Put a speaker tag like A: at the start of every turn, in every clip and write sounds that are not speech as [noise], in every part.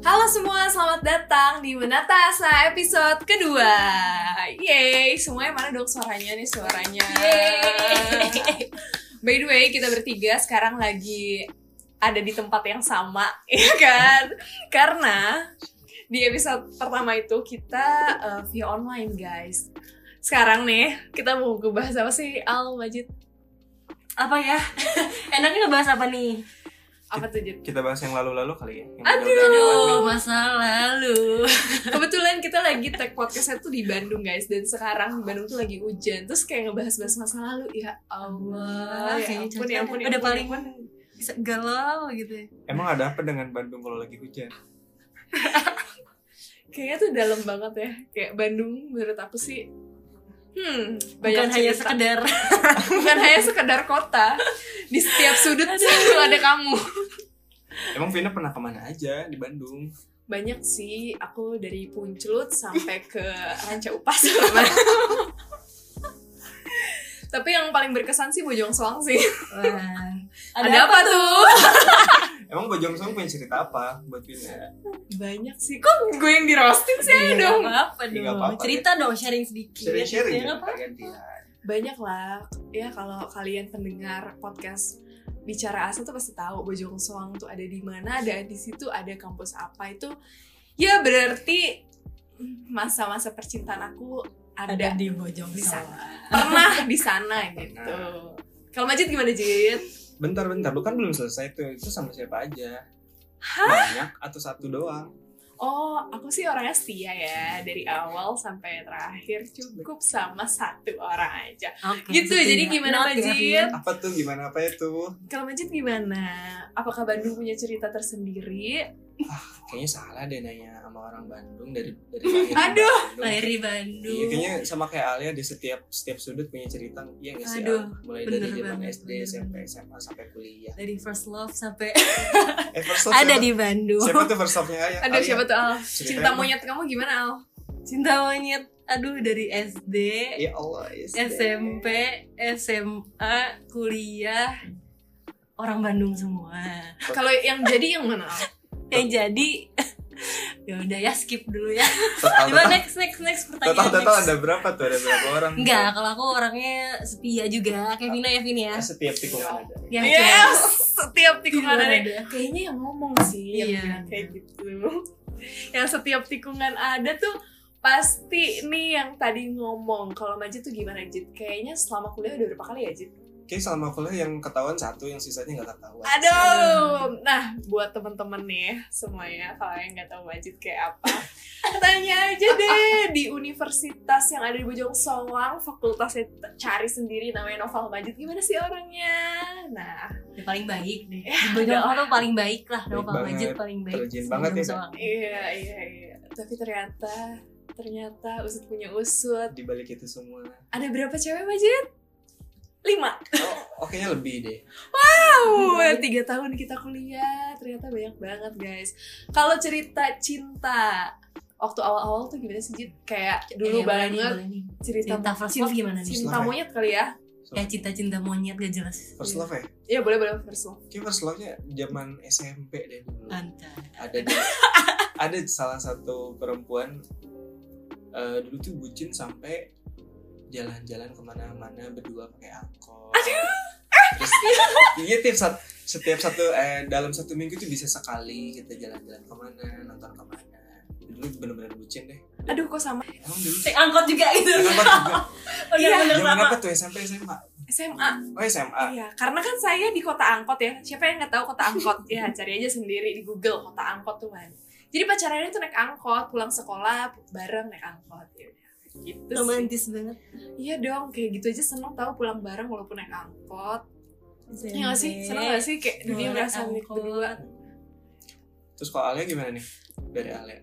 A: Halo semua, selamat datang di Menata Asa episode kedua. Yeay, semuanya mana dong suaranya nih suaranya.
B: Yeay.
A: By the way, kita bertiga sekarang lagi ada di tempat yang sama, [laughs] ya kan? Karena di episode pertama itu kita eh, via online, guys. Sekarang nih, kita mau ngebahas apa sih, Al Majid?
B: apa ya? [laughs] Enaknya ngebahas apa nih?
A: Apa tuh, Jid?
C: kita bahas yang lalu-lalu kali ya. Yang
A: Aduh.
C: udah-udah lewat nih.
B: masa lalu.
A: Kebetulan kita lagi tag podcastnya tuh di Bandung guys Dan sekarang Bandung tuh lagi hujan Terus kayak ngebahas-bahas masa lalu Ya Allah
B: Wah,
A: Ya
B: kayaknya
A: ampun,
B: cocok.
A: ya ampun, ya
B: udah
A: ampun,
B: paling
A: ya ampun.
B: bisa galau gitu ya.
C: Emang ada apa dengan Bandung kalau lagi hujan?
A: Kayaknya tuh dalam banget ya Kayak Bandung menurut aku sih Hmm, banyak
B: Bukan hanya
A: cerita.
B: sekedar
A: bukan hanya sekedar kota di setiap sudut selalu [laughs] ada kamu
C: Emang Vina pernah kemana aja di Bandung?
A: banyak sih aku dari Punclut sampai ke Ranca [laughs] Upas tapi yang paling berkesan sih Bojong Soang sih
B: Wah.
A: ada, apa, tuh
C: Emang Bojong Soang punya cerita apa buat Vina?
A: banyak sih kok gue yang di roasting sih ayo
B: Iya,
A: dong
B: nggak apa-apa
C: Iya,
B: dong.
C: nggak apa-apa
B: Cerita dong, sharing sedikit. Ya,
C: Sharing-sharing
B: nggak apa-apa.
A: banyak lah ya kalau kalian pendengar podcast bicara asa tuh pasti tahu Bojong Soang tuh ada di mana ada di situ ada kampus apa itu ya berarti masa-masa percintaan aku ada,
B: Ada di Bojong
A: Di
B: Soang.
A: pernah di [laughs] sana gitu kalau Majid gimana Jid?
C: Bentar-bentar, lu kan belum selesai tuh. Itu sama siapa aja? Banyak atau satu doang?
A: Oh, aku sih orangnya setia ya dari awal sampai terakhir cukup sama satu orang aja.
B: Oke,
A: Gitu,
B: setia.
A: jadi gimana,
B: Not ya,
A: Majid?
C: Apa tuh? Gimana apa itu?
A: Kalau Majid gimana? Apakah Bandung punya cerita tersendiri?
C: Kayaknya salah deh nanya sama orang Bandung dari dari lahir. di
A: Aduh,
C: Bandung.
B: Lahir di
C: Iya,
B: Bandung.
C: kayaknya sama kayak Alia di setiap setiap sudut punya cerita. Iya nggak sih?
B: Aduh,
C: Al? mulai
B: bener
C: dari zaman
B: banget,
C: SD,
B: bener
C: SMP,
B: banget.
C: SMA sampai kuliah.
B: Dari first love sampai
C: Eh, first love
B: ada
C: siapa?
B: di Bandung.
C: Siapa tuh Ya, first love-nya Alia?
A: Aduh,
C: Alia.
A: siapa tuh Al?
C: Ceritain
A: Cinta
C: dong.
A: monyet kamu gimana Al?
B: Cinta monyet. Aduh, dari SD,
C: Ya Allah. SD.
B: SMP, SMA, kuliah orang Bandung semua.
A: Kalau yang jadi yang mana Al?
B: yang jadi [laughs] ya udah ya skip dulu ya
C: Total,
B: coba
C: total,
B: next next next pertanyaan
C: total, total
B: next.
C: ada berapa tuh? Ada berapa orang?
B: enggak kalau aku orangnya setia juga kayak Vina ya Vina ya
C: Setiap tikungan ada.
A: Ya.
B: yang
A: Yes, setiap
B: tikungan
A: tikungan
B: ada.
A: ada. Kayaknya yang ngomong sih yang
B: Iya.
A: bilang kayak gitu. yang setiap tikungan ada tuh pasti nih yang tadi ngomong. Kalau Majid tuh gimana Jid? Kayaknya selama kuliah udah berapa kali ya Jid?
C: Oke, selama kuliah yang ketahuan satu, yang sisanya nggak ketahuan.
A: Aduh, nah buat temen-temen nih semuanya kalau yang nggak tahu Majid kayak apa, tanya aja deh di universitas yang ada di Bojong Soang, fakultasnya t- cari sendiri namanya Novel Majid gimana sih orangnya. Nah,
B: Ya, paling baik deh
A: Ya,
B: Bojong tuh paling baik lah
C: Baik
B: Novel Majid
C: banget.
B: paling baik
C: Terjun banget ya,
B: Soang.
A: iya iya iya. Tapi ternyata ternyata usut punya usut.
C: Di balik itu semua.
A: Ada berapa cewek Majid? Lima.
C: Oh, oke nya lebih deh.
B: Iya.
A: Wow, tiga tahun kita kuliah ternyata banyak banget guys. Kalau cerita cinta waktu awal-awal tuh gimana sih Jit? Kayak dulu
B: Eh, boleh nih,
A: banget
B: boleh nih.
A: cerita,
B: cinta first love gimana nih
A: cinta
C: Love ya?
A: monyet kali ya?
B: ya cinta-cinta monyet gak jelas
C: First love ya?
A: Iya boleh boleh first love.
C: Oke, first love-nya zaman SMP deh dulu.
B: Mantap.
C: Ada di-
B: [laughs]
C: ada salah satu perempuan eh, dulu tuh bucin sampai jalan-jalan kemana-mana berdua pakai angkot. Terus iya tiap sat- setiap satu eh, dalam satu minggu tuh bisa sekali kita jalan-jalan kemana nonton kemana. Dulu bener-bener bucin deh.
A: Aduh kok sama
C: Emang dulu
B: Naik angkot juga gitu
C: Naik angkot juga.
B: Bener-bener
C: Zaman
B: sama
C: apa Iya. tuh SMP SMA?
A: SMA.
C: Oh
B: Ah.
C: SMA.
A: Iya, karena kan saya di kota angkot ya. Siapa yang nggak tahu kota angkot? ya [laughs] cari aja sendiri di Google kota angkot tuh kan. Jadi pacarannya tuh naik angkot, pulang sekolah bareng naik angkot. Ya udah, Gitu sih.
B: romantis banget
A: Iya dong, kayak gitu aja seneng tahu pulang bareng walaupun naik angkot. Iya gak sih? Seneng gak sih kayak dunia
B: Boleh,
A: berasa milik
B: angkot.
A: berdua
C: Terus kalau Alia gimana nih? Dari
B: Eh,
C: Alia.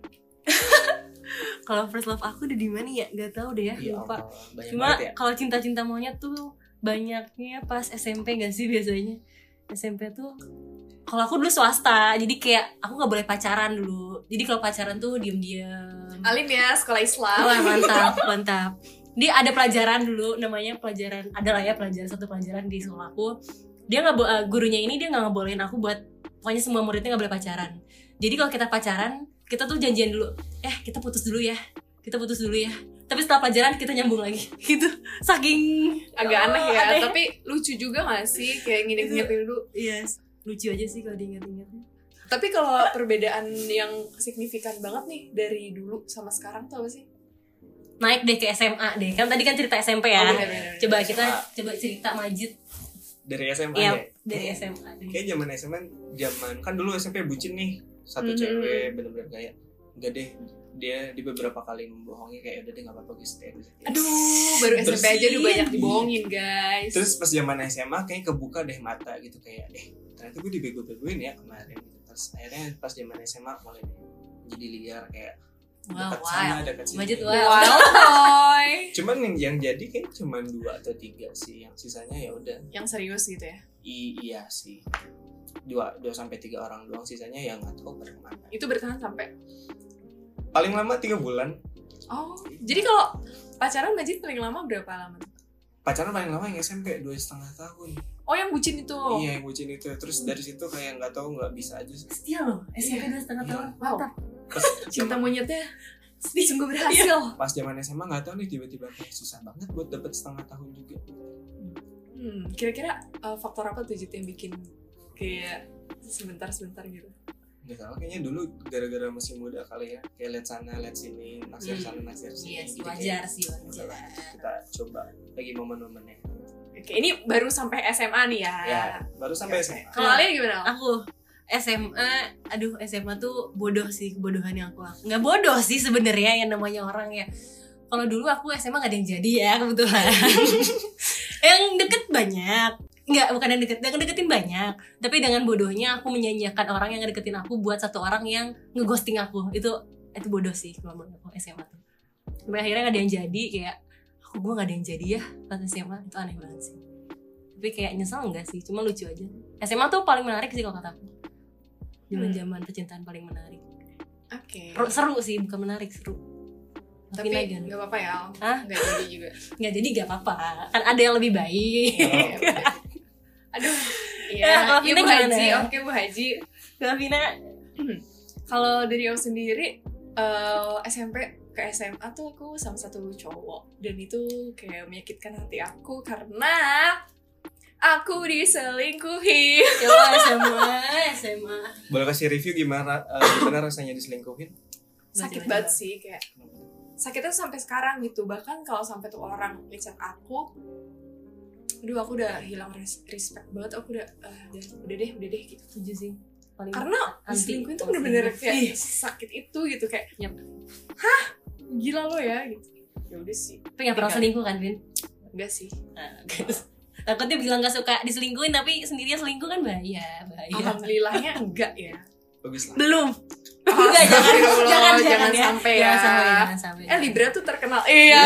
B: kalau first love aku udah di mana ya gak tau deh ya lupa
C: Allah, banyak
B: Cuma
C: banget ya.
B: kalau cinta-cinta monyet tuh banyaknya pas SMP gak sih biasanya? SMP tuh kalau aku dulu swasta, jadi kayak aku nggak boleh pacaran dulu. Jadi kalau pacaran tuh diem-diem.
A: Alim ya, sekolah Islam
B: Wah, mantap, mantap. Dia ada pelajaran dulu, namanya pelajaran adalah ya pelajaran satu pelajaran di sekolahku. Dia nggak bo- eh, gurunya ini dia nggak ngebolehin aku buat pokoknya semua muridnya nggak boleh pacaran. Jadi kalau kita pacaran kita tuh janjian dulu eh kita putus dulu ya kita putus dulu ya tapi setelah pelajaran kita nyambung lagi [laughs] gitu saking
A: agak
B: Oh,
A: aneh ya
B: aneh.
A: tapi lucu juga gak sih kayak nginep-nginepin dulu
B: yes lucu aja sih kalau diingat-ingat
A: tapi kalau perbedaan yang signifikan banget nih dari dulu sama sekarang tuh apa sih
B: naik deh ke SMA deh kan tadi kan cerita SMP ya
A: Oh, bener, bener, bener.
B: coba kita
C: SMA.
B: coba cerita Majid
C: dari SMA
B: Iya,
C: ya
B: dari SMA deh
C: kayak zaman SMA zaman kan dulu SMP bucin nih
A: Mhm.
C: satu cewek bener-bener kayak enggak deh dia di beberapa kali membohongi kayak udah deh nggak apa-apa gue stay aja."
A: aduh baru SMP aja udah
B: Bersihin.
A: banyak dibohongin guys
C: terus pas zaman SMA kayak kebuka deh mata gitu kayak eh ternyata gue dibego-begoin ya kemarin gitu terus akhirnya pas zaman SMA mulai jadi liar kayak
B: wow
C: dekat sana
B: wow
C: dekat sini
B: Majid, wow.
A: Wild boy
C: cuman yang, yang jadi kayak cuman dua atau tiga sih yang sisanya ya udah
A: yang serius gitu ya
C: I- iya sih dua dua sampai tiga orang doang sisanya yang nggak tahu pada kemana
A: itu bertahan sampai
C: paling lama tiga bulan
A: oh jadi kalau pacaran Majid paling lama berapa lama tuh?
C: pacaran paling lama yang SMP dua setengah tahun
A: oh yang bucin itu
C: iya yang bucin itu terus
B: Hmm.
C: dari situ kayak nggak tahu nggak bisa aja sih
B: setia Iya loh SMP dua setengah
C: Iya.
B: tahun
A: Wow.
B: mantap [laughs]
C: pas
A: cinta
C: zaman-
A: monyetnya sungguh
B: Iya.
A: berhasil
C: pas zaman SMA nggak tahu nih tiba-tiba kayak susah banget buat dapet setengah tahun juga
A: Hmm, kira-kira uh, faktor apa tuh Jit yang bikin kayak sebentar-sebentar gitu?
C: nggak tahu kayaknya dulu gara-gara masih muda kali ya kayak lihat sana lihat sini naksir
B: Hmm.
C: sana naksir sini
B: iya sih
C: Jadi kayak,
B: wajar sih wajar
C: "Udahlah, kita coba lagi momen-momennya
A: Oke, ini baru sampai SMA nih ya.
B: Ah.
C: ya baru sampai
A: Oke.
C: SMA
A: Kalau kalian gimana?
B: aku SMA aduh SMA tuh bodoh sih kebodohan yang aku lakukan nggak bodoh sih sebenarnya yang namanya orang ya kalau dulu aku SMA gak ada yang jadi ya [laughs] kebetulan yang deket banyak nggak bukan yang deket yang deketin banyak tapi dengan bodohnya aku menyanyiakan orang yang deketin aku buat satu orang yang ngeghosting aku itu itu bodoh sih kalau menurut aku SMA tuh tapi akhirnya gak ada yang jadi kayak aku gue gak ada yang jadi ya pas SMA itu aneh banget sih tapi kayak nyesel enggak sih cuma lucu aja SMA tuh paling menarik sih kalau kataku zaman zaman
A: Hmm.
B: percintaan paling menarik
A: Oke.
B: Ru- seru sih bukan menarik seru
A: Tapi
B: Makin aja.
A: nggak apa-apa ya. Al.
B: Hah?
A: Nggak jadi
B: [laughs]
A: juga.
B: nggak jadi nggak apa-apa kan ada yang lebih baik
C: Oh.
B: [laughs]
A: Aduh.
B: Ya,
A: Iya.
B: kalau
A: Iya
B: Vina
A: Bu
B: gimana
A: Haji.
B: ya?
A: Oke Bu Haji.
B: [laughs] Kak Vina
A: Kalau dari aku sendiri eh, SMP ke SMA tuh aku sama satu cowok dan itu kayak menyakitkan hati aku karena aku diselingkuhi.
B: coba SMA SMA
C: boleh kasih review gimana eh, gimana rasanya diselingkuhin
A: sakit banget sih kayak sakitnya tuh sampai sekarang gitu bahkan kalau sampai tuh orang ngechat aku aduh aku udah hilang res- respect banget aku udah eh, udah, udah deh udah deh gitu
B: setuju Iya sih paling
A: karena
B: Anti-
A: diselingkuhin tuh bener-bener
B: Ih.
A: kayak sakit itu gitu kayak
B: Yap.
A: hah gila lo ya gitu ya udah sih
B: tapi nggak pernah
A: Tinggal.
B: selingkuh kan Vin
A: enggak sih
B: Nah, takutnya bilang gak suka diselingkuhin tapi sendirian selingkuh kan
A: Oh,
B: bahaya bahaya [laughs]
A: alhamdulillahnya enggak ya
C: bagus lah
A: [laughs]
B: belum Enggak, jangan,
A: Astagfirullah,
B: jangan, jangan, ya.
A: sampai ya,
B: Jangan sampai, jangan sampai. ya.
A: eh Libra tuh terkenal iya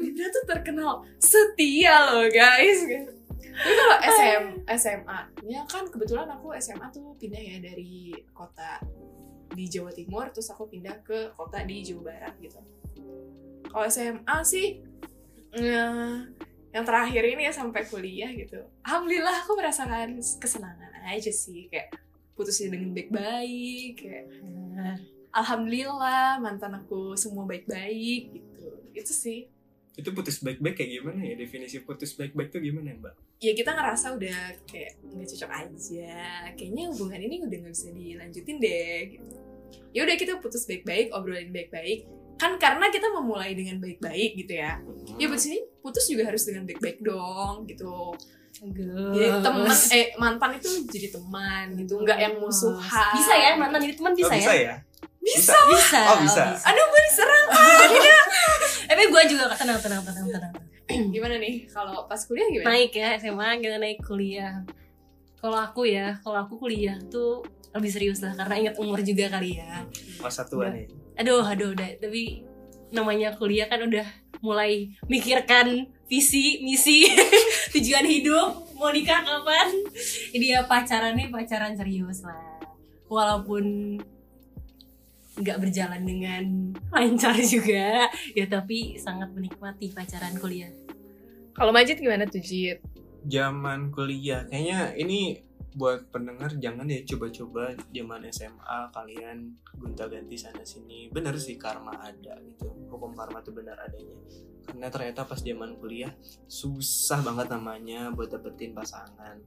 A: Libra tuh terkenal setia loh guys. Tapi kalau SM, SMA-nya kan kebetulan aku SMA tuh pindah ya dari kota di Jawa Timur terus aku pindah ke kota di Jawa Barat gitu. Kalau SMA sih eh, yang terakhir ini ya sampai kuliah gitu. Alhamdulillah aku merasakan kesenangan aja sih kayak putusnya dengan baik-baik kayak
B: Nah,
A: alhamdulillah mantan aku semua baik-baik gitu itu sih
C: itu putus baik-baik kayak gimana ya definisi putus baik-baik tuh gimana mbak
A: ya kita ngerasa udah kayak nggak cocok aja kayaknya hubungan ini udah nggak bisa dilanjutin deh gitu ya udah kita putus baik-baik obrolin baik-baik kan karena kita memulai dengan baik-baik gitu ya
C: Hmm.
A: ya putus ini putus juga harus dengan baik-baik dong gitu jadi
B: Gus.
A: teman eh mantan itu jadi teman gitu nggak yang musuhan
B: Bisa ya, mantan jadi teman bisa,
C: oh, bisa
B: ya?
C: ya
A: Bisa.
B: Bisa.
C: Oh, bisa.
A: aduh gue diserang
B: Tapi gue juga tenang, tenang, tenang, tenang.
A: gimana nih kalau pas kuliah gimana
B: Naik ya SMA, kita naik kuliah. Kalau aku ya, kalau aku kuliah tuh lebih serius lah karena ingat umur juga kali ya.
C: pas satuan ya
B: Aduh, aduh, udah. Tapi namanya kuliah kan udah mulai mikirkan visi, misi, [laughs] tujuan hidup, mau nikah kapan. Jadi ya pacarannya pacaran serius lah. Walaupun nggak berjalan dengan lancar juga, ya tapi sangat menikmati pacaran kuliah.
A: kalau Majid gimana tuh Jid
C: zaman kuliah kayaknya ini buat pendengar jangan ya coba-coba zaman SMA kalian gonta-ganti sana sini bener sih karma ada gitu hukum karma tuh benar adanya karena ternyata pas zaman kuliah susah banget namanya buat dapetin pasangan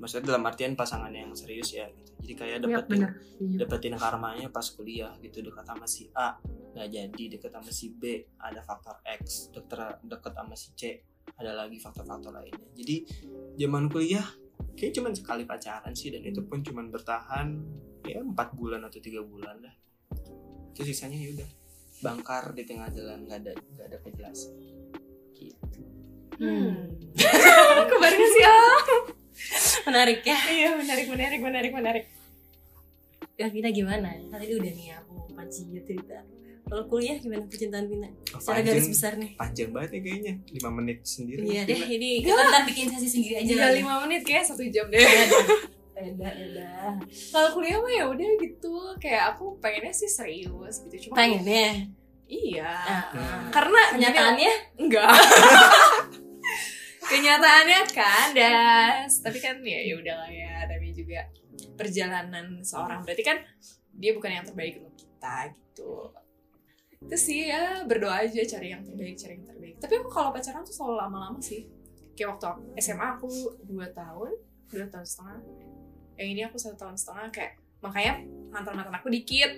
C: maksudnya dalam artian pasangan yang serius ya gitu jadi kayak
B: Iya,
C: dapetin
B: bener. Iya.
C: dapetin karmanya pas kuliah gitu dekat sama si A nggak jadi dekat sama si B ada faktor X dokter dekat sama si C ada lagi faktor-faktor lainnya jadi zaman kuliah kayak cuman sekali pacaran sih dan itu pun cuman bertahan ya empat bulan atau tiga bulan dah itu sisanya ya udah bangkar di tengah jalan nggak ada nggak ada kejelasan gitu
A: Hmm. [laughs] Kemarin sih ah.
B: Menarik ya.
A: Iya menarik menarik menarik menarik.
B: Ya Vina gimana? Tadi udah nih aku pancing cerita. Kalau kuliah gimana percintaan Vina? Secara garis
C: panjang,
B: besar nih.
C: panjang banget ya kayaknya lima menit sendiri
B: Iya deh,
C: Gila.
B: ini kita ntar bikin sesi sendiri aja ya.
A: Tinggal
B: lah.
A: lima menit kayak satu jam deh.
B: Eda, eda.
A: Kalau kuliah mah ya udah gitu. Kayak aku pengennya sih serius gitu. Cuma
B: Pengen ya?
A: Iya.
C: Nah,
A: Karena
B: Kenyataannya?
A: enggak. Kenyataannya kandas. Tapi kan ya ya udahlah ya. Tapi juga perjalanan seorang berarti kan dia bukan yang terbaik untuk kita gitu. Itu sih ya berdoa aja cari yang terbaik, cari yang terbaik. Tapi aku kalau pacaran tuh selalu lama-lama sih. Kayak waktu aku- SMA aku 2 tahun, 2 tahun setengah. Yang ini aku satu tahun setengah kayak makanya mantan-mantan aku dikit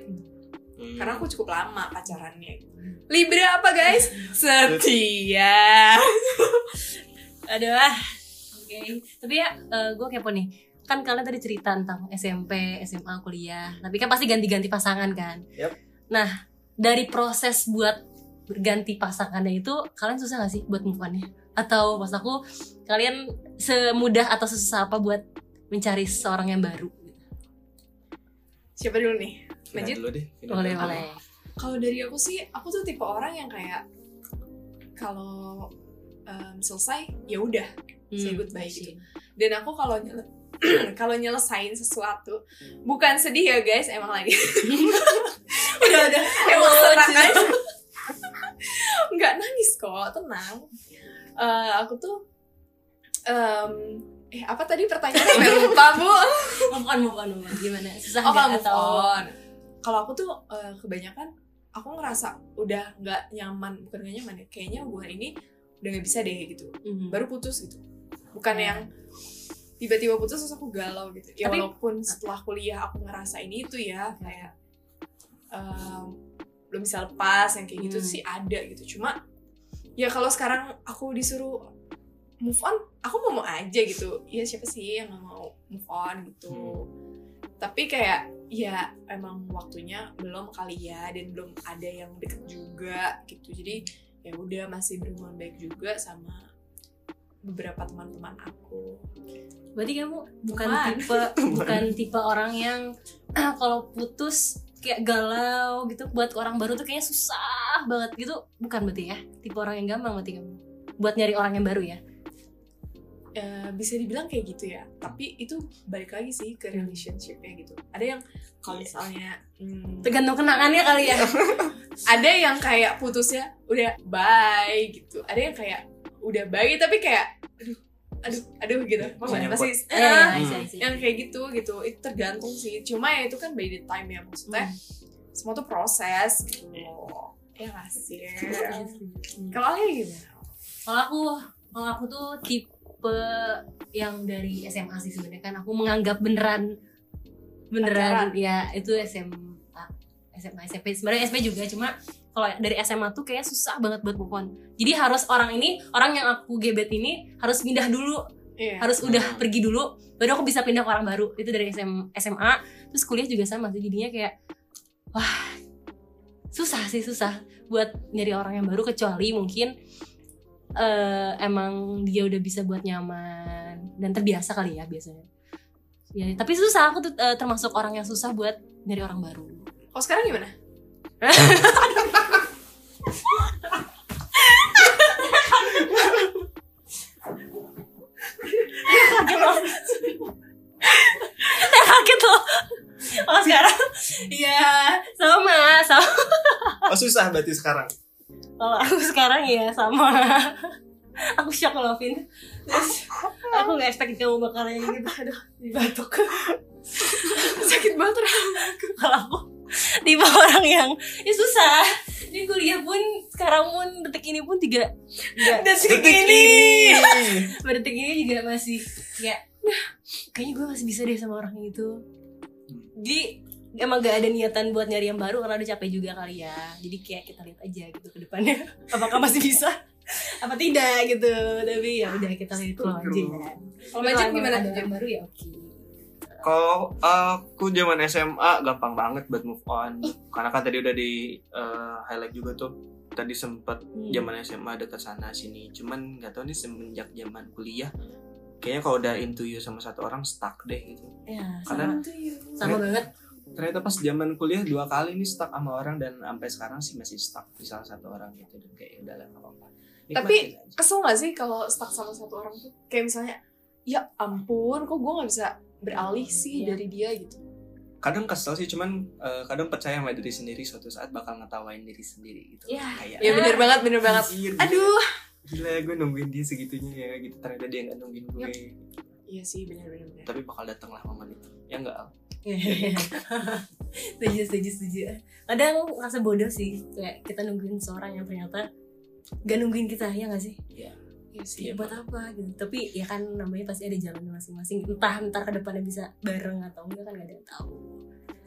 C: hmm.
A: karena aku cukup lama pacarannya Libra apa [laughs] guys? Setia
B: Aduh. ah. Oke. Tapi ya gue kepo nih. Kan kalian tadi cerita tentang SMP, SMA, kuliah. Tapi kan pasti ganti-ganti pasangan kan?
C: Yap.
B: Nah, dari proses buat berganti pasangannya itu kalian susah gak sih buat move on-nya? Atau maksud aku kalian semudah atau sesusah apa buat mencari seorang yang baru?
A: Siapa dulu nih?
C: Final
A: Lanjut.
C: dulu deh final
B: Boleh,
C: dulu.
B: boleh.
A: Kalau dari aku sih, aku tuh tipe orang yang kayak kalau em, selesai ya udah
B: Hmm.
A: Say goodbye gitu. dan aku kalau nyele [clears throat] kalau nyelesain sesuatu bukan sedih ya guys emang lagi [laughs] udah udah emang
B: Emosi.
A: serak aja. nggak nangis kok tenang Eh, aku tuh em, eh apa tadi pertanyaannya Sampai lupa bu
B: Move on, move on, move on. Gimana? [laughs] Susah
A: Oh,
B: nggak
A: kalau move
B: atau
A: on. Kalau aku tuh eh, kebanyakan aku ngerasa udah nggak nyaman, bukan nggak nyaman ya. Kayaknya hubungan ini udah nggak bisa deh gitu.
B: Mhm.
A: Baru putus gitu. Bukan
B: Hmm.
A: yang tiba-tiba putus terus aku galau gitu. Ya
B: Tapi-
A: walaupun setelah kuliah aku ngerasa ini itu ya kayak em, belum bisa lepas yang kayak gitu
B: Hmm.
A: sih ada gitu. Cuma ya kalau sekarang aku disuruh move on, aku mau mau aja gitu. Ya siapa sih yang nggak mau move on gitu.
C: Hmm.
A: Tapi kayak ya emang waktunya belum kali ya dan belum ada yang deket juga gitu. Jadi ya udah masih berhubungan baik juga sama beberapa teman-teman aku.
B: Berarti kamu bukan
A: Teman.
B: tipe [laughs] bukan tipe orang yang [clears throat] kalau putus kayak galau gitu buat orang baru tuh kayaknya susah banget gitu. Bukan berarti ya? Tipe orang yang gampang berarti kamu. Buat nyari orang yang baru ya.
A: Eh, bisa dibilang kayak gitu ya. Tapi itu balik lagi sih ke relationship-nya gitu. Ada yang kalau misalnya hmm,
B: Tergantung kenangannya kali [laughs] ya.
A: ada yang kayak putusnya udah bye gitu ada yang kayak udah bye tapi kayak aduh aduh aduh gitu
C: Masih
A: masih
B: Iya, iya,
A: ah,
B: iya, iya, iya.
A: [laughs] yang kayak gitu gitu itu tergantung sih cuma ya itu kan by the time ya maksudnya
B: Hmm.
A: semua tuh proses gitu loh ya nggak sih
B: Eh,
A: kalau Alia gimana
B: Kalau aku kalau aku tuh tipe yang dari SMA sih sebenarnya kan aku menganggap beneran beneran ya itu SMA SMA SMP sebenarnya SMP juga cuma kalau dari SMA tuh kayak susah banget buat move on. Jadi harus orang ini orang yang aku gebet ini harus pindah dulu
A: Iya.
B: harus udah
C: Hmm.
B: pergi dulu baru aku bisa pindah ke orang baru itu dari SM, SMA terus kuliah juga sama sih jadinya kayak wah susah sih susah buat nyari orang yang baru kecuali mungkin eh, emang dia udah bisa buat nyaman dan terbiasa kali ya biasanya ya tapi susah aku tuh eh, termasuk orang yang susah buat nyari orang baru
A: kalau sekarang gimana
B: kaget loh oh sekarang ya sama sama
C: oh susah berarti sekarang
B: [laughs] Kalau aku sekarang ya sama. aku shock loh Vin Terus, aku nggak expect kamu bakal kayak gitu [laughs] aduh batuk
A: [laughs] sakit banget Ra.
B: kalau aku tipe orang yang ya susah di kuliah pun sekarang pun detik ini pun tiga tiga
A: dan sedikit
C: Detik
A: ini
B: pada detik ini juga masih ya kayaknya gue masih bisa deh sama orang itu jadi emang gak ada niatan buat nyari yang baru karena udah capek juga kali ya jadi kayak kita lihat aja gitu ke depannya [laughs] apakah masih bisa apa tidak gitu tapi ya udah kita lihat dulu aja ya.
A: kalau macam
B: Kalau
A: gimana
B: ada
A: tuh Jam?
B: yang baru ya oke
C: [laughs] Kalau aku zaman SMA gampang banget buat move on. Karena kan tadi udah di eh, highlight juga tuh. Tadi sempat
B: Hmm.
C: zaman SMA ada ke sana sini. Cuman nggak tahu nih semenjak zaman kuliah kayaknya kalau udah into you sama satu orang stuck deh gitu.
B: ya sama,
C: Karena
B: sama banget
C: ternyata pas zaman kuliah dua kali nih stuck sama orang dan sampai sekarang sih masih stuck di salah satu orang gitu dan kayak udah lah nggak apa-apa. Nikmatin
A: Tapi-
C: aja.
A: kesel gak sih kalau stuck sama satu orang tuh kayak misalnya ya ampun kok gue nggak bisa beralih sih
B: Iya.
A: dari dia gitu
C: kadang kesel sih cuman eh, kadang percaya sama diri sendiri suatu saat bakal ngetawain diri sendiri gitu.
B: Iya.
C: Kayak
A: ya bener banget bener banget
C: "Anjir, gila."
A: aduh
C: gila gue nungguin dia segitunya ya gitu ternyata dia nggak nungguin gue
A: iya sih bener bener, bener.
C: tapi bakal datang lah momen itu ya nggak Al?
B: [laughs] setuju setuju setuju kadang rasa bodoh sih kayak kita nungguin seorang yang ternyata gak nungguin kita ya gak sih
A: iya sih
B: Ya,
C: Iya.
B: buat apa gitu tapi ya kan namanya pasti ada jalan masing-masing entah ntar ke depannya bisa bareng atau enggak kan gak ada yang tahu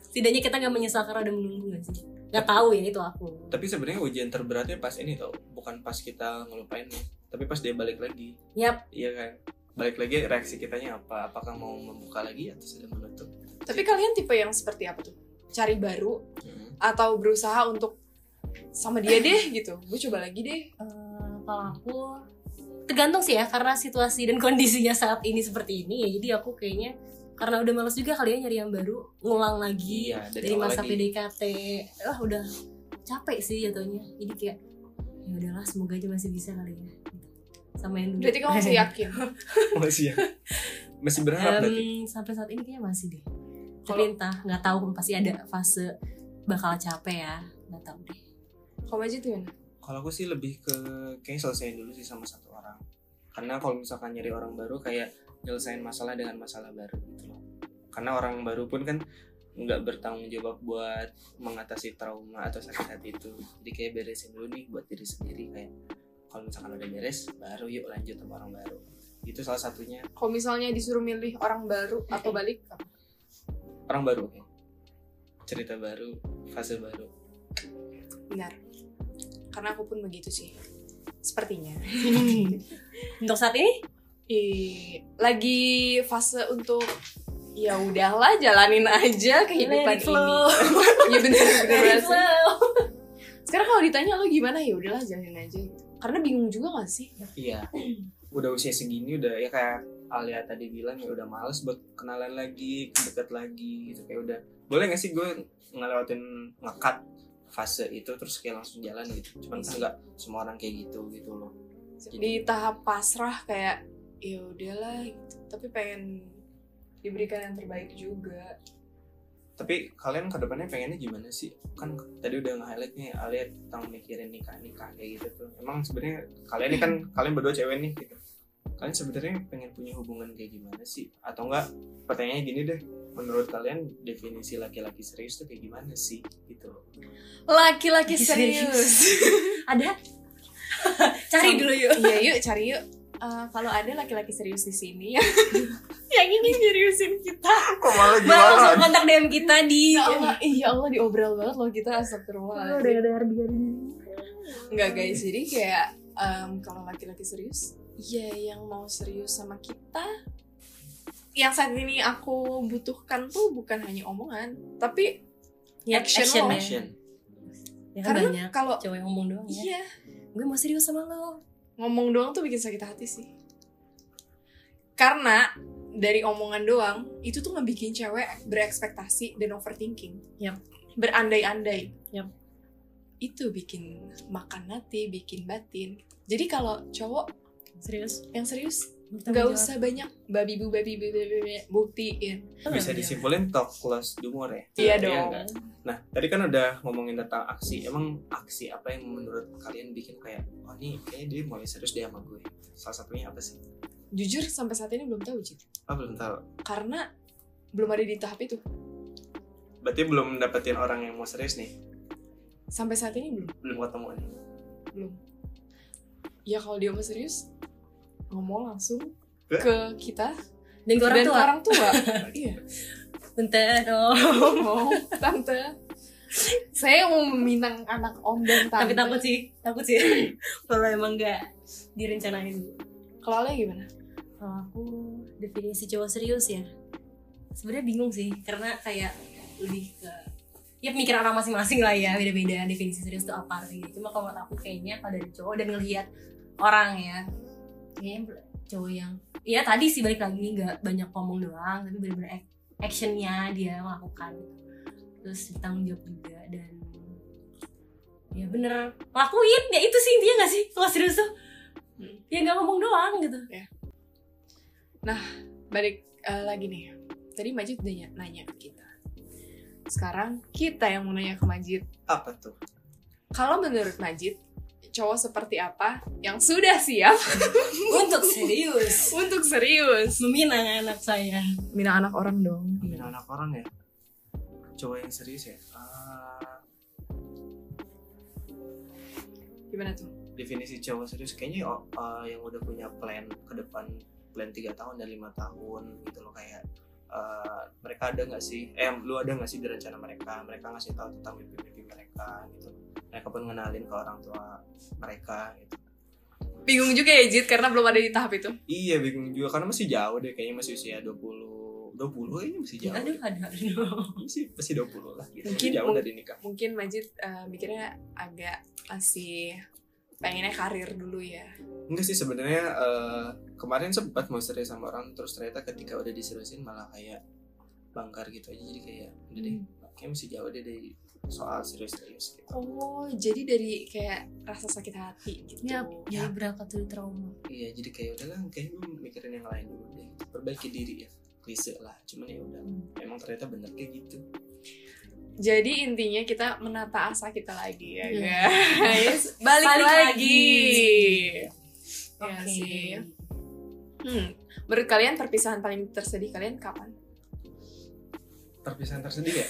B: setidaknya kita nggak menyesal karena udah menunggu gak sih nggak tahu ya itu aku
C: tapi sebenarnya ujian terberatnya pas ini tau bukan pas kita ngelupain nih tapi pas dia balik lagi
B: Yap.
C: iya kan balik lagi reaksi kitanya apa apakah mau membuka lagi atau sudah menutup
A: tapi kalian tipe yang seperti apa tuh cari baru atau berusaha untuk sama dia deh gitu gue coba lagi deh
B: Eh, kalau aku tergantung sih ya karena situasi dan kondisinya saat ini seperti ini ya jadi aku kayaknya karena udah males juga kali ya nyari yang baru ngulang lagi
C: iya dari,
B: dari
C: awal
B: masa
C: lagi.
B: PDKT lah udah capek sih jatuhnya jadi kayak ya udahlah semoga aja masih bisa kali ya sama yang dulu [laughs]
A: berarti kamu masih yakin
C: [laughs] masih ya masih berharap
B: Em,
C: berarti ya?
B: sampai saat ini kayaknya masih deh
A: Kalau-
B: tapi entah nggak tahu pasti ada fase bakal capek ya nggak tahu deh
A: kamu aja tuh Yan?
C: kalau aku sih lebih ke kayak selesaiin dulu sih sama satu orang karena kalau misalkan nyari orang baru kayak nyelesain masalah dengan masalah baru gitu loh karena orang baru pun kan nggak bertanggung jawab buat mengatasi trauma atau sakit hati itu jadi kayak beresin dulu nih buat diri sendiri kayak kalau misalkan udah beres baru yuk lanjut sama orang baru itu salah satunya
A: kalau misalnya disuruh milih orang baru atau balik apa?
C: orang baru ya. cerita baru fase baru
A: benar karena aku pun begitu sih sepertinya
B: [laughs] untuk saat ini
A: Ih, lagi fase untuk ya udahlah jalanin aja kehidupan
B: let
A: ini
B: it flow,
A: ya [laughs] bener bener
B: let it
A: banget.
B: flow.
A: sekarang kalau ditanya lo gimana ya udahlah jalanin aja gitu. karena bingung juga gak sih
C: Iya. Udah usia segini udah ya kayak Alia tadi bilang ya udah males buat kenalan lagi, dekat lagi gitu kayak udah. Boleh gak sih gue ngelewatin ngekat fase itu terus kayak langsung jalan gitu. Cuman kan nggak semua orang kayak gitu gitu loh.
A: di tahap pasrah kayak ya udahlah gitu. tapi pengen diberikan yang terbaik juga
C: Tapi kalian ke depannya pengennya gimana sih? Kan tadi udah nge-highlight nih Alia tentang mikirin nikah-nikah kayak gitu tuh. Emang sebenarnya kalian ini kan kalian berdua cewek nih gitu. Kalian sebenarnya pengen punya hubungan kayak gimana sih? Atau enggak pertanyaannya gini deh. Menurut kalian definisi laki-laki serius tuh kayak gimana sih? Gitu loh.
A: laki-laki
B: [laughs] Lagi ada [laughs] cari
A: Sama.
B: dulu yuk
A: iya yuk cari yuk Eh, kalau ada laki-laki serius di sini ya. [laughs] yang ingin seriusin kita
C: Kok malah
B: Bang, langsung kontak DM kita di
A: ya Allah, iya Allah diobral banget loh kita astagfirullah
B: dengar dengar
A: Enggak guys, jadi kayak em, kalau laki-laki serius, ya yang mau serius sama kita, yang saat ini aku butuhkan tuh bukan hanya omongan, tapi
B: ya,
A: Action
B: action,
A: lo.
B: ya. ya kan
A: Karena
B: banyak
A: kalau
B: cowok yang ngomong doang ya
A: iya
B: gue mau serius sama lo
A: ngomong doang tuh bikin sakit hati sih. Karena dari omongan doang itu tuh ngebikin cewek berekspektasi dan overthinking.
B: Yap.
A: Berandai-andai.
B: Yap.
A: Itu bikin makan hati, bikin batin. Jadi kalau cowok
B: serius
A: yang serius nggak usah banyak babi bu babi bu babi bu, buktiin
B: Oh, iya.
C: bisa disimpulin talk less do more ya
A: iya
C: Iya
A: dong
C: nggak? Nah, tadi kan udah ngomongin tentang aksi. Emang aksi apa yang menurut kalian bikin kayak, oh ini kayaknya dia mulai serius deh sama gue. Salah satunya apa sih?
A: jujur sampai saat ini belum tahu Cid
C: Oh, belum tahu.
A: karena belum ada di tahap itu
C: Berarti belum dapetin orang yang mau serius nih.
A: sampai saat ini belum
C: Belum ketemu [laughs] nih.
A: belum ya kalau dia mau serius ngomong langsung
C: Ke?
A: ke kita
B: dan ke orang
A: dan
B: tua
A: ke orang
B: [laughs]
A: tua iya
B: bentar dong
A: oh tante saya mau meminang anak om dan tante
B: tapi takut sih takut sih kalau emang nggak direncanain dulu
A: kalau Ale gimana
B: Kalau aku definisi cowok serius ya sebenarnya bingung sih karena kayak lebih ke ya pemikiran orang masing-masing lah ya beda-beda definisi serius itu apa artinya cuma kalau menurut aku kayaknya kalau dari cowok dan ngelihat orang ya kayaknya cowok yang ya tadi sih balik lagi nggak banyak ngomong doang tapi benar-benar ac- actionnya dia melakukan gitu. terus bertanggung jawab juga dan ya bener lakuin ya itu sih intinya nggak sih kalau serius tuh ya nggak ngomong doang gitu
A: balik eh, lagi nih tadi Majid udah ny- nanya ke kita sekarang kita yang mau nanya ke Majid
C: Apa tuh?
A: kalau menurut Majid cowok seperti apa yang sudah siap [laughs]
B: untuk [laughs] serius
A: untuk serius
B: meminang anak saya
A: minang anak orang dong
C: Amin anak orang ya? Cowok yang serius ya? Ah,
A: gimana tuh
C: definisi cowok serius kayaknya oh, eh, yang udah punya plan ke depan plan tiga tahun dan lima tahun gitu loh kayak eh, mereka ada nggak sih eh lu ada nggak sih di rencana mereka mereka ngasih tahu tentang mimpi-mimpi mereka gitu mereka pun ngenalin ke orang tua mereka gitu
A: bingung juga ya Jid karena belum ada di tahap itu
C: iya bingung juga karena masih jauh deh kayaknya masih usia 20 20 kayaknya masih jauh
B: Ya aduh aduh aduh
C: masih masih 20 lah gitu
A: Mungkin-
C: masih jauh dari nikah
A: mungkin Majid eh, mikirnya agak masih pengennya karir dulu ya
C: Enggak sih sebenarnya eh, kemarin sempat mau serius sama orang terus ternyata ketika udah diseriusin malah kayak bangkar gitu aja jadi kayak udah deh kayaknya masih jauh deh dari soal serius-serius gitu.
A: oh jadi dari kayak rasa sakit hati gitu
B: ya jadi berangkat dari trauma
C: Iya jadi kayak udahlah kayaknya gue mikirin yang lain dulu deh perbaiki diri ya klise lah cuman ya udah emang ternyata bener kayak gitu
A: Jadi intinya kita menata asa kita lagi ya
B: Iya. [laughs]
A: guys. Balik,
B: Balik
A: lagi.
B: oke
A: Ya sih. Hmm, menurut kalian perpisahan paling tersedih kalian kapan?
C: perpisahan tersedih ya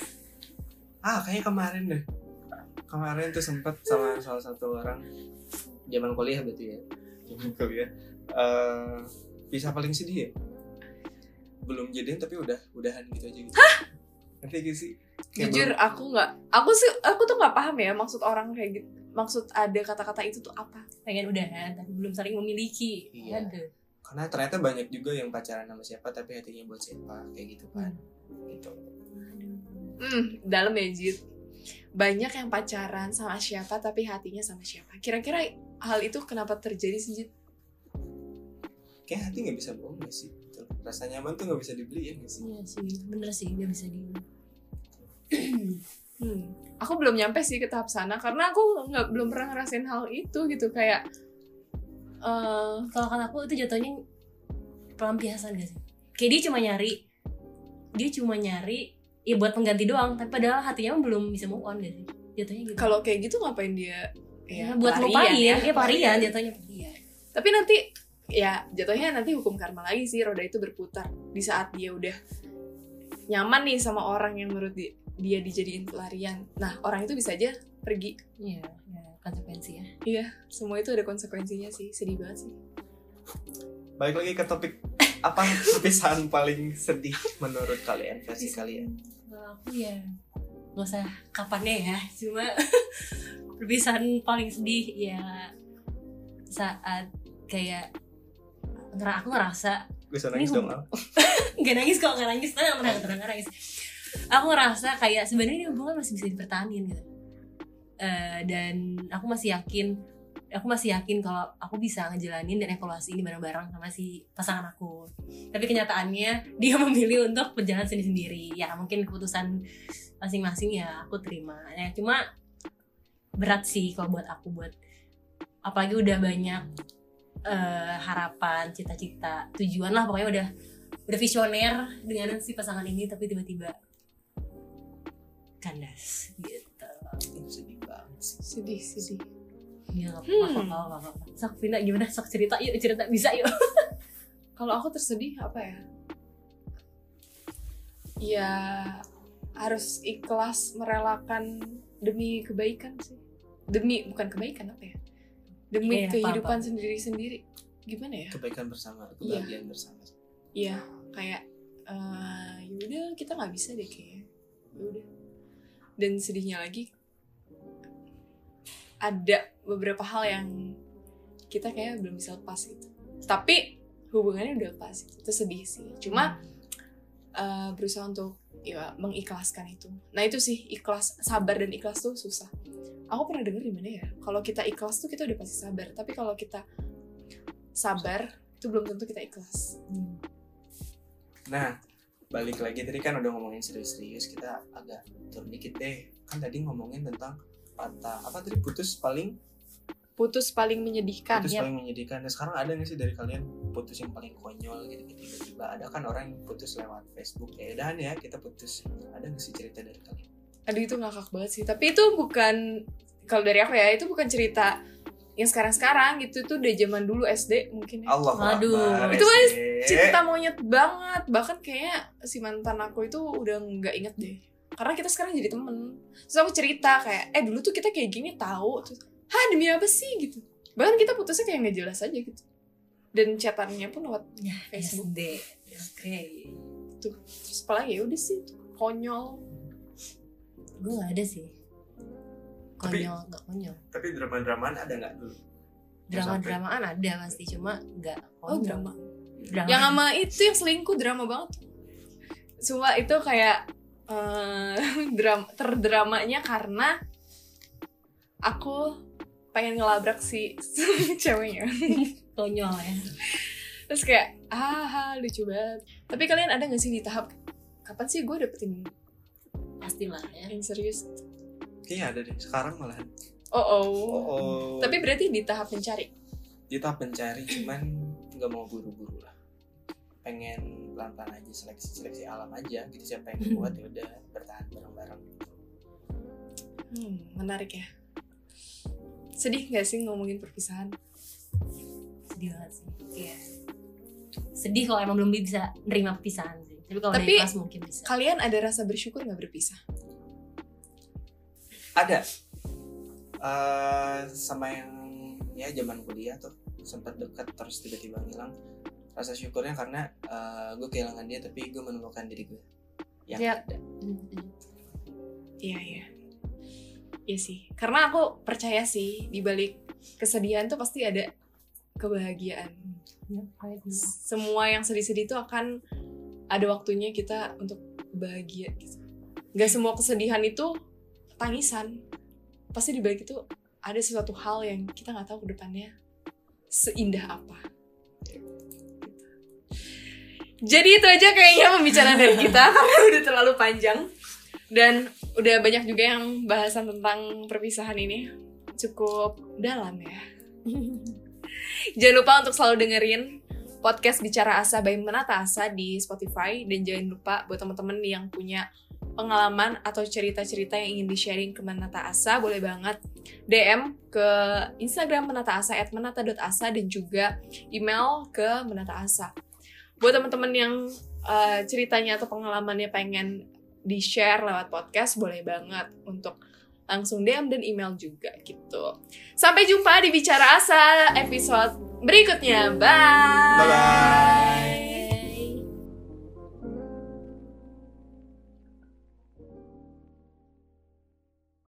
C: ah kayaknya kemarin deh kemarin tuh sempat sama salah satu orang zaman kuliah berarti ya zaman kuliah Eh, bisa paling sedih ya belum jadian tapi udah udahan gitu aja gitu nanti gitu sih Kayak
A: Jujur
C: belum-
A: aku nggak, aku sih aku tuh nggak paham ya maksud orang kayak gitu. Maksud ada kata-kata itu tuh apa?
B: pengen udahan tapi belum saling memiliki
C: Iya.
B: aduh
C: karena ternyata banyak juga yang pacaran sama siapa tapi hatinya buat siapa kayak gitu kan gitu
B: aduh
A: Hmm, dalam ya Jid. Banyak yang pacaran sama siapa tapi hatinya sama siapa. Kira-kira hal itu kenapa terjadi sih Jid?
C: kayak hati nggak bisa bohong gak sih gitu. rasa nyaman tuh nggak bisa dibeli ya nggak sih
B: iya sih bener sih nggak bisa di
A: Hmm. Aku belum nyampe sih ke tahap sana karena aku nggak belum pernah ngerasain hal itu gitu kayak eh
B: kalau kata aku itu jatuhnya pelampiasan gak sih kayak dia cuma nyari dia cuma nyari ya buat pengganti doang tapi padahal hatinya belum bisa move on gak sih jatuhnya gitu
A: kalau kayak gitu ngapain dia
B: ya, buat
A: pelarian
B: lupain ya, dia pelarian jatuhnya pelarian
A: Tapi nanti ya jatuhnya nanti hukum karma lagi sih roda itu berputar di saat dia udah nyaman nih sama orang yang menurut di- dia dijadiin pelarian. Nah, orang itu bisa aja pergi.
B: iya ya, konsekuensi ya
A: Semua itu ada konsekuensinya sih. Sedih banget sih.
C: balik lagi ke topik apa perpisahan paling sedih menurut kalian versi kalian
B: Kalau aku ya nggak usah kapannya ya, cuma [laughs] perpisahan paling sedih ya saat kayak ngera aku ngerasa
C: gue bisa nangis
B: Ini
C: dong Al.
B: nggak nangis kok nggak nangis tenang tenang tenang nggak nangis aku ngerasa kayak sebenarnya ini hubungan masih bisa dipertahankan gitu Eh, dan aku masih yakin aku masih yakin kalau aku bisa ngejalanin dan evaluasi ini bareng-bareng sama si pasangan aku tapi kenyataannya dia [laughs] memilih untuk berjalan sendiri-sendiri ya mungkin keputusan masing-masing ya aku terima ya cuma berat sih kalau buat aku buat apalagi udah banyak eh, harapan, cita-cita, tujuan lah pokoknya udah udah visioner dengan si pasangan ini tapi tiba-tiba kandas gitu.
C: Ih, sedih banget sih
A: sedih sedih
B: Ya nggak apa-apa,
A: Hmm.
B: nggak apa-apa, nggak apa-apa. Sok Vina gimana? Sok cerita yuk, cerita bisa yuk.
A: kalau aku tersedih apa ya ya harus ikhlas merelakan demi kebaikan sih demi bukan kebaikan apa ya demi
B: Iya, paham,
A: kehidupan
B: paham.
A: sendiri sendiri gimana ya
C: kebaikan bersama kebahagiaan bersama
A: Iya, kayak eh yaudah kita nggak bisa deh kayaknya. Yaudah. Dan sedihnya lagi ada beberapa hal yang kita kayak belum bisa lepas gitu. Tapi hubungannya udah lepas gitu. Itu sedih sih. Cuma eh, berusaha untuk ya mengikhlaskan itu. Nah itu sih ikhlas, sabar dan ikhlas tuh susah. Aku pernah denger di mana ya, kalau kita ikhlas tuh kita udah pasti sabar. Tapi kalau kita sabar itu belum tentu kita ikhlas.
C: Nah, balik lagi tadi kan udah ngomongin serius-serius, kita agak turun dikit deh. Kan tadi ngomongin tentang patah apa tadi putus paling
A: putus paling menyedihkan.
C: putus
B: ya.
C: paling menyedihkan. Nah, sekarang ada nggak sih dari kalian putus yang paling konyol gitu gitu, tiba-tiba ada kan orang yang putus lewat Facebook ya udahan ya kita putus ada nggak sih cerita dari kalian
A: Aduh itu ngakak banget sih. Tapi itu bukan kalau dari aku ya itu bukan cerita yang sekarang-sekarang gitu itu udah zaman dulu SD mungkin ya.
C: Allah
B: Aduh.
A: Itu kan
C: cerita
A: Cinta monyet banget. Bahkan kayaknya si mantan aku itu udah nggak inget deh. Karena kita sekarang jadi temen. Terus aku cerita kayak, eh dulu tuh kita kayak gini tahu. Terus, hah demi apa sih gitu. Bahkan kita putusnya kayak nggak jelas aja gitu. Dan chatannya pun lewat
B: Ya,
A: Facebook.
B: SD. Oke.
A: Terus apalagi ya udah sih itu konyol.
B: Gue nggak ada sih.
C: Tapi-
B: Konyol, nggak konyol.
C: tapi drama-dramaan ada nggak dulu
B: Drama-dramaan ada pasti, cuma nggak
A: ya Oh,
B: konyol.
A: drama.
B: drama.
A: yang sama itu yang selingkuh drama banget Cuma itu kayak eh, [laughs] dram- terdramanya karena aku pengen ngelabrak si [laughs] ceweknya
B: konyol ya.
A: terus kayak ah lucu banget tapi kalian ada gak sih di tahap kapan sih gue dapetin
B: Pastilah ya.
A: yang serius
C: kayaknya Iya, ada deh sekarang malahan
A: oh oh,
C: oh,
A: tapi berarti di tahap mencari
C: kita pencari cuman nggak mau buru-buru lah pengen pelan-pelan aja seleksi seleksi alam aja gitu siapa yang kuat ya udah bertahan bareng-bareng gitu.
A: hmm, menarik ya sedih gak sih ngomongin perpisahan
B: sedih banget sih iya sedih kalau emang belum bisa nerima perpisahan sih tapi kalau
A: Tapi-
B: dari kelas mungkin bisa
A: kalian ada rasa bersyukur gak berpisah
C: ada Eh, sama yang ya zaman kuliah tuh sempat dekat terus tiba-tiba ngilang rasa syukurnya karena gue kehilangan dia tapi gue menemukan diri gue yang
A: Ya.
C: ada
A: Iya iya. Iya sih. Karena aku percaya sih di balik kesedihan tuh pasti ada kebahagiaan.
B: ya, Iya.
A: Semua yang sedih-sedih itu akan ada waktunya kita untuk bahagia gitu. Gak semua kesedihan itu tangisan. Pasti di balik itu ada sesuatu hal yang kita nggak tahu ke depannya seindah apa. Jadi itu aja kayaknya pembicaraan dari kita karena udah terlalu panjang dan udah banyak juga yang bahasan tentang perpisahan ini cukup dalam ya. jangan lupa untuk selalu dengerin podcast Bicara Asa by Menata Asa di Spotify dan jangan lupa buat teman-teman yang punya pengalaman atau cerita-cerita yang ingin di-sharing ke Menata Asa boleh banget DM ke Instagram Menata Asa at menata.asa dan juga email ke Menata Asa. Buat teman-teman yang eh, ceritanya atau pengalamannya pengen di-share lewat podcast boleh banget untuk langsung DM dan email juga gitu. Sampai jumpa di Bicara Asa episode berikutnya. Bye.
C: bye bye